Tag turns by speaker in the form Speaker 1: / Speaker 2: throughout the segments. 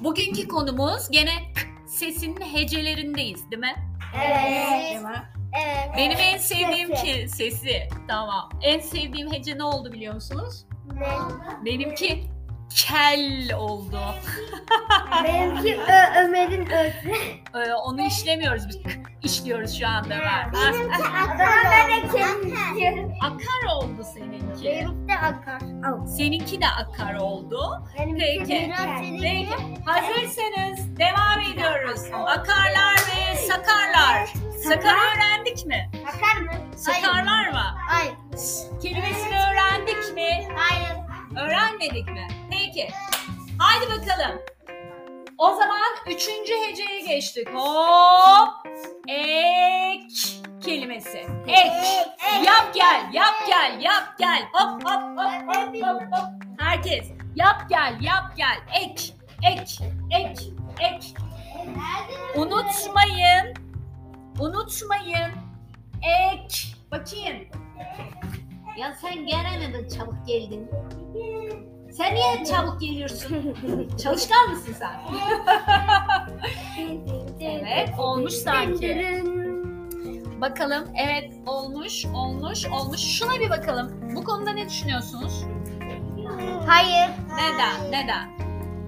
Speaker 1: Bugünkü konumuz gene sesinin hecelerindeyiz değil mi?
Speaker 2: Evet. Evet.
Speaker 1: Benim en sevdiğim
Speaker 2: Sesi.
Speaker 1: ki sesi. Tamam. En sevdiğim hece ne oldu biliyor musunuz?
Speaker 2: Ne?
Speaker 1: Benimki kel oldu.
Speaker 2: Benimki Ö- Ömer'in ötü.
Speaker 1: Ee, onu işlemiyoruz biz. işliyoruz şu anda var. Ah.
Speaker 2: Benimki akar. Ben de kendim.
Speaker 1: Akar oldu seninki.
Speaker 2: Benimki de akar.
Speaker 1: Seninki de akar oldu.
Speaker 2: Benimki
Speaker 1: Peki.
Speaker 2: biraz
Speaker 1: Peki. Hazırsanız devam ediyoruz. Akarlar ve sakarlar. Sakar öğrendik mi?
Speaker 2: Akar mı?
Speaker 1: Sakarlar mı?
Speaker 2: Hayır.
Speaker 1: Kelimesini öğrendik mi?
Speaker 2: Hayır.
Speaker 1: Öğrenmedik mi? Peki. Haydi bakalım. O zaman üçüncü heceye geçtik. Hop. Ek kelimesi. Ek. Yap gel, yap gel, yap gel. Hop hop hop hop hop hop. Herkes. Yap gel, yap gel. Ek, ek, ek, ek. Unutmayın. Unutmayın. Ek. Bakayım. Ya sen gene neden çabuk geldin? Sen niye çabuk geliyorsun? Çalışkan mısın sen? Evet, olmuş sanki. Bakalım, evet olmuş, olmuş, olmuş. Şuna bir bakalım. Bu konuda ne düşünüyorsunuz?
Speaker 2: Hayır.
Speaker 1: Neden, neden?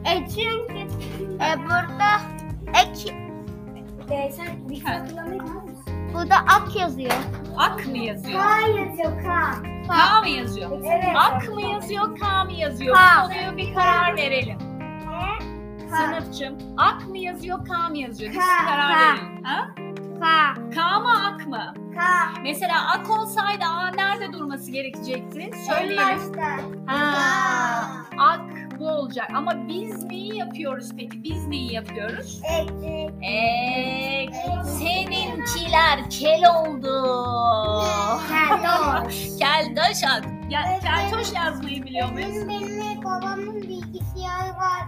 Speaker 2: E çünkü e, burada ek
Speaker 1: Ha,
Speaker 2: burada ak yazıyor.
Speaker 1: Ak mı yazıyor?
Speaker 2: Hayır yok ha.
Speaker 1: K mı yazıyor?
Speaker 2: Evet.
Speaker 1: Ak mı yazıyor, K mı yazıyor?
Speaker 2: K.
Speaker 1: Bu konuya bir karar verelim. Sınıfçım, ak mı yazıyor, K mı yazıyor? Biz
Speaker 2: K,
Speaker 1: karar
Speaker 2: K.
Speaker 1: verelim. Ha?
Speaker 2: Ka.
Speaker 1: K mı, ak mı?
Speaker 2: Ka.
Speaker 1: Mesela ak olsaydı A nerede durması gerekecekti? Söyleyelim. Ha. Ak bu olacak. Ama biz neyi yapıyoruz peki? Biz neyi yapıyoruz?
Speaker 2: Ek.
Speaker 1: Ek. Seninkiler kel oldu. Oh. Keldaş at. Ya, keltoş yazmayı biliyor muyuz?
Speaker 2: benim babamın bilgisayarı var.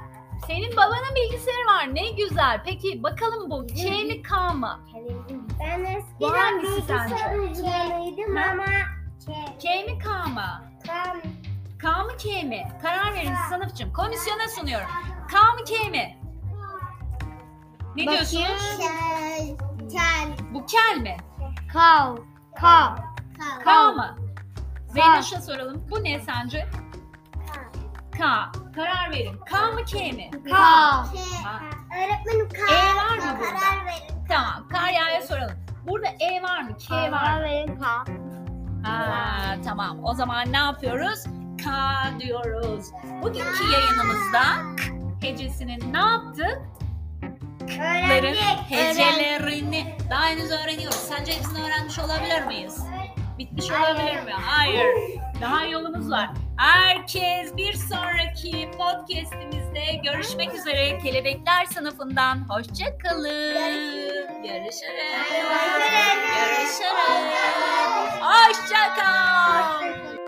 Speaker 1: Senin babanın bilgisayarı var. Ne güzel. Peki bakalım bu K mi K mı?
Speaker 2: Ben
Speaker 1: Bu
Speaker 2: eskiden
Speaker 1: hangisi Şey,
Speaker 2: bilgisayar uzmanıydım
Speaker 1: Ha?
Speaker 2: ama
Speaker 1: K mi K mı?
Speaker 2: kan
Speaker 1: K mı K mi? Karar verin sınıfçım. Komisyona sunuyorum. K mı K mi? Ne diyorsunuz?
Speaker 2: Kel. Kel.
Speaker 1: Bu kel mi?
Speaker 2: Kav. Kav.
Speaker 1: K mı?
Speaker 2: K.
Speaker 1: Zeynoş'a soralım. Bu ne sence? K. Karar verin. K mı K mi?
Speaker 2: Kav.
Speaker 1: Ha.
Speaker 2: Öğretmenim kav.
Speaker 1: E var mı burada?
Speaker 2: Karar verin.
Speaker 1: Tamam. Karya'ya soralım. Burada E var mı? K var mı?
Speaker 2: verin kav.
Speaker 1: Ha, tamam. O zaman ne yapıyoruz? K diyoruz. Bugünkü yayınımızda K hecesinin ne yaptık? K'ların hecelerini daha henüz öğreniyoruz. Sence hepsini öğrenmiş olabilir miyiz? Bitmiş olabilir mi? Hayır. Daha yolumuz var. Herkes bir sonraki podcastimizde görüşmek üzere. Kelebekler sınıfından hoşça kalın. Görüşürüz. Görüşürüz. Hoşça kal.